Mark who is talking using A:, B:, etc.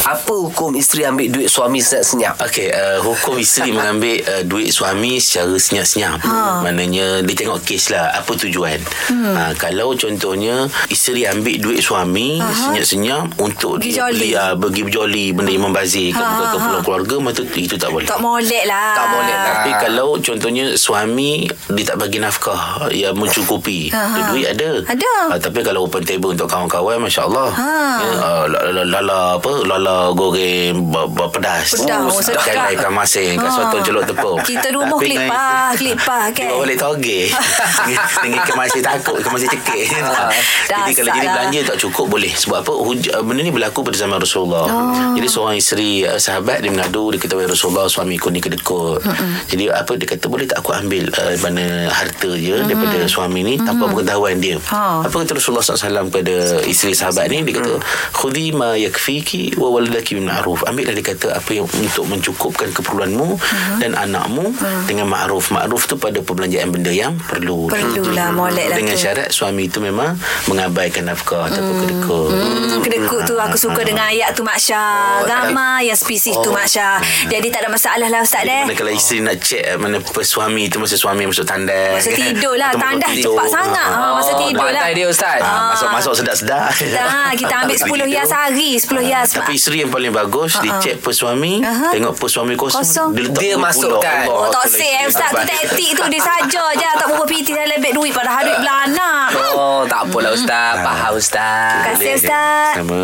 A: Apa hukum isteri ambil duit suami
B: Ah.
A: senyap-senyap?
C: Okey, uh, hukum isteri mengambil uh, duit suami secara senyap-senyap. Ha. Maknanya dia tengok kes lah, apa tujuan. Hmm. Uh, kalau contohnya isteri ambil duit suami Aha. senyap-senyap untuk
B: Pergi
C: dia
B: joli.
C: beli, uh, pergi berjoli benda yang membazir ke
B: Ha, ha,
C: ha.
B: ha.
C: keluarga, maka itu tak boleh.
B: Tak molek lah.
A: Tak molek lah.
C: Tapi kalau contohnya suami dia tak bagi nafkah yang mencukupi,
B: Aha.
C: Aha. duit ada.
B: Ada.
C: Ah, tapi kalau open table untuk kawan-kawan masya-Allah.
B: Ha.
C: Ya, ah, la- la- lala apa? Lala goreng b- b- pedas.
B: Pedas, oh, sedap.
C: Kan ikan masin, kat
B: Ha.
C: soto celup tepung.
B: Kita rumah
C: Tapi
B: kelip
C: naik-
B: pah, kelip pah kan.
C: Dia balik toge Dengan kemasi takut Kemasi cekik Jadi kalau
B: Ha. Dasar
C: jadi
B: lah.
C: belanja tak cukup Boleh Sebab apa huj- uh, Benda ni berlaku pada zaman Rasulullah
B: Oh.
C: Jadi seorang isteri uh, Sahabat dia mengadu Dia kata "Wahai Rasulullah Suami aku ni kedekut Jadi apa dia kata Boleh tak aku ambil uh, Mana harta je Daripada suami ni Tanpa pengetahuan dia
B: Ha. Mm.
C: Apa kata Rasulullah SAW Kepada isteri sahabat ni Dia kata Khudi ma yakfiki Wa waladaki bin ma'ruf Ambillah dia kata Apa yang untuk mencukupkan Keperluanmu
B: Mm-hmm.
C: Dan anakmu
B: Mm.
C: Dengan ma'ruf Ma'ruf tu pada Perbelanjaan benda yang perlu
B: Perlulah, molek lah
C: Hmm. Dengan
B: tu.
C: syarat Suami itu memang Mengabaikan nafkah Ataupun kedekut Ah,
B: Hmm, kedekut tu aku suka dengan ayat tu Mak
C: Oh,
B: Syah. Ramai yang spesifik tu Mak Syah. Jadi tak ada masalah lah Ustaz eh.
C: Hmm. ah. Mana kalau isteri nak cek eh, Mana pe- suami tu Masa suami masuk tandai
B: Masa tidur lah.
C: Atau
B: Tandas
C: masuk
B: cepat
C: tidur.
B: sangat. Ha, masa tidur lah.
A: Pantai dia Ustaz.
C: Ah, Masuk-masuk sedap-sedap
B: Dah, kita ambil 10 hias sehari, 10 hias.
C: Ah, Tapi isteri yang paling bagus Dia cek per suami
B: Ah, Aha.
C: Tengok per suami kosong,
B: Kosong.
C: letak
A: Dia
C: budak.
A: masukkan.
C: Allah,
B: Oh, tak
C: tu
B: sih
C: lagi.
B: eh Ustaz tu
C: Abang.
B: taktik tu dia saja je tak berapa piti saya lebih duit pada hari belah anak.
A: Oh, tak apalah Ustaz. Faham Ustaz.
B: Ah. Terima kasih
C: Boleh.
B: Ustaz.
C: Sama